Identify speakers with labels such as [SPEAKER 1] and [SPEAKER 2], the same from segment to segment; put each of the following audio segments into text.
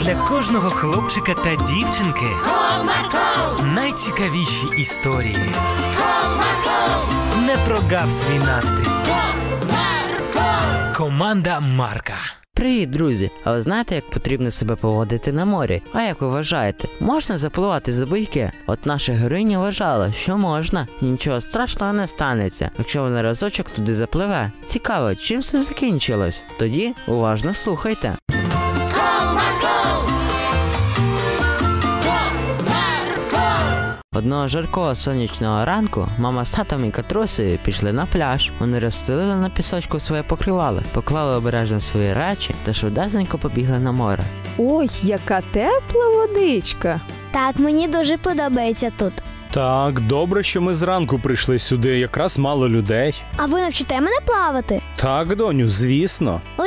[SPEAKER 1] для кожного хлопчика та дівчинки
[SPEAKER 2] Comarco,
[SPEAKER 1] найцікавіші історії.
[SPEAKER 2] Comarco,
[SPEAKER 1] Не прогав свій настрій.
[SPEAKER 2] Comarco,
[SPEAKER 1] Команда Марка.
[SPEAKER 3] Привіт, друзі! А ви знаєте, як потрібно себе поводити на морі? А як ви вважаєте, можна запливати за буйки? От наша героїня вважала, що можна, і нічого страшного не станеться, якщо вона разочок туди запливе. Цікаво, чим це закінчилось? Тоді уважно слухайте. Одного жаркого сонячного ранку мама з татом і Катрусею пішли на пляж. Вони розстелили на пісочку своє покривало, поклали обережно свої речі та швидесенько побігли на море.
[SPEAKER 4] Ой, яка тепла водичка.
[SPEAKER 5] Так, мені дуже подобається тут.
[SPEAKER 6] Так, добре, що ми зранку прийшли сюди, якраз мало людей.
[SPEAKER 5] А ви навчите мене плавати?
[SPEAKER 6] Так, доню, звісно.
[SPEAKER 5] Ура!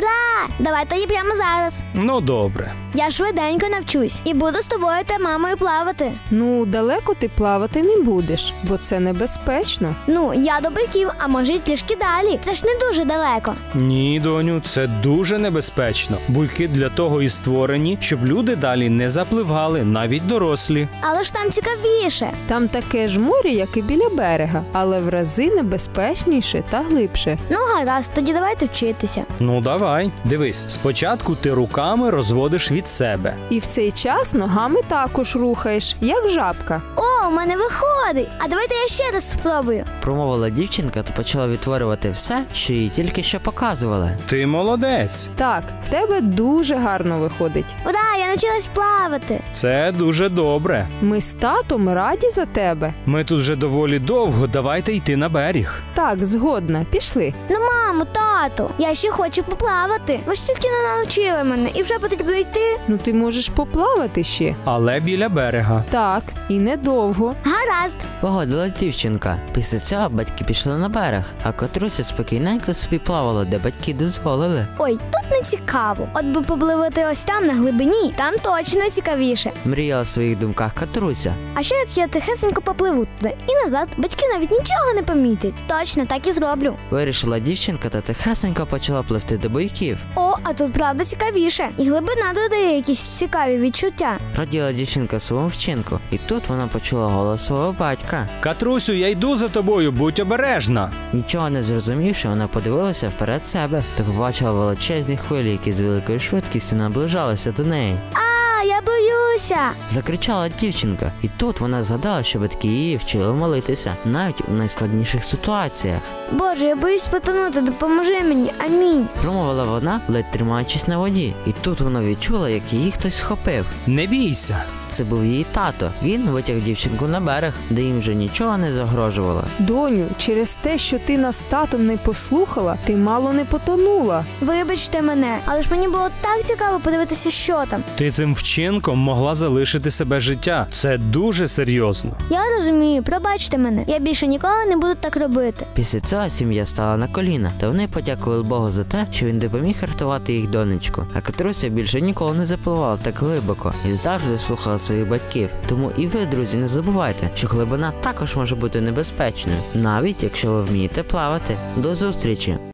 [SPEAKER 5] Давай тоді прямо зараз.
[SPEAKER 6] Ну добре.
[SPEAKER 5] Я швиденько навчусь і буду з тобою та мамою плавати.
[SPEAKER 4] Ну, далеко ти плавати не будеш, бо це небезпечно.
[SPEAKER 5] Ну, я до биків, а може й трішки далі. Це ж не дуже далеко.
[SPEAKER 6] Ні, доню, це дуже небезпечно. Буйки для того і створені, щоб люди далі не запливали, навіть дорослі.
[SPEAKER 5] Але ж там цікавіше.
[SPEAKER 4] Там таке ж море, як і біля берега, але в рази небезпечніше та глибше.
[SPEAKER 5] Ну, гаразд, тоді давайте вчитися.
[SPEAKER 6] Ну давай, дивись, спочатку ти руками розводиш від себе.
[SPEAKER 4] І в цей час ногами також рухаєш, як жабка.
[SPEAKER 5] О, у мене виходить! А давайте я ще раз спробую.
[SPEAKER 3] Промовила дівчинка та почала відтворювати все, що їй тільки що показували.
[SPEAKER 6] Ти молодець.
[SPEAKER 4] Так, в тебе дуже гарно виходить.
[SPEAKER 5] Ура, я навчилась плавати.
[SPEAKER 6] Це дуже добре.
[SPEAKER 4] Ми з татом раді за тебе.
[SPEAKER 6] Ми тут вже доволі довго, давайте йти на берег.
[SPEAKER 4] Так, згодна, пішли.
[SPEAKER 5] Ну, мамо, тату, я ще хочу поплавати. Ви ж тільки не навчили мене і вже потрібно йти.
[SPEAKER 4] Ну ти можеш поплавати ще.
[SPEAKER 6] Але біля берега.
[SPEAKER 4] Так, і недовго.
[SPEAKER 5] Гаразд.
[SPEAKER 3] Погодила дівчинка. Після цього батьки пішли на берег, а Катруся спокійненько собі плавала, де батьки дозволили.
[SPEAKER 5] Ой, тут не цікаво. От би попливати ось там на глибині, там точно цікавіше.
[SPEAKER 3] Мріяла в своїх думках Катруся.
[SPEAKER 5] А що як я тихесенько попливу туди і назад? Батьки навіть нічого не помітять. Точно так і зроблю.
[SPEAKER 3] Вирішила дівчинка та тихесенько почала пливти до бойків.
[SPEAKER 5] О, а тут правда цікавіше. І глибина додає якісь цікаві відчуття.
[SPEAKER 3] Раділа дівчинка своєму вчинку, і тут вона почула голос свого батька.
[SPEAKER 6] Катрусю, я йду за тобою, будь обережна.
[SPEAKER 3] Нічого не зрозумівши, вона подивилася вперед себе та побачила величезні хвилі, які з великою швидкістю наближалися до неї.
[SPEAKER 5] А я боюся.
[SPEAKER 3] Закричала дівчинка, і тут вона згадала, що батьки її вчили молитися навіть у найскладніших ситуаціях.
[SPEAKER 5] Боже, я боюсь потонути. Допоможи мені. Амінь.
[SPEAKER 3] Промовила вона, ледь тримаючись на воді, і тут вона відчула, як її хтось схопив.
[SPEAKER 6] Не бійся.
[SPEAKER 3] Це був її тато. Він витяг дівчинку на берег, де їм вже нічого не загрожувало.
[SPEAKER 4] Доню, через те, що ти нас з татом не послухала, ти мало не потонула.
[SPEAKER 5] Вибачте мене, але ж мені було так цікаво подивитися, що там.
[SPEAKER 6] Ти цим вчинком могла залишити себе життя. Це дуже серйозно.
[SPEAKER 5] Я розумію, пробачте мене. Я більше ніколи не буду так робити.
[SPEAKER 3] Після цього сім'я стала на коліна, та вони подякували Богу за те, що він допоміг рятувати їх донечку. А Катруся більше ніколи не запливала так глибоко і завжди слухала своїх батьків. Тому і ви, друзі, не забувайте, що глибина також може бути небезпечною, навіть якщо ви вмієте плавати. До зустрічі!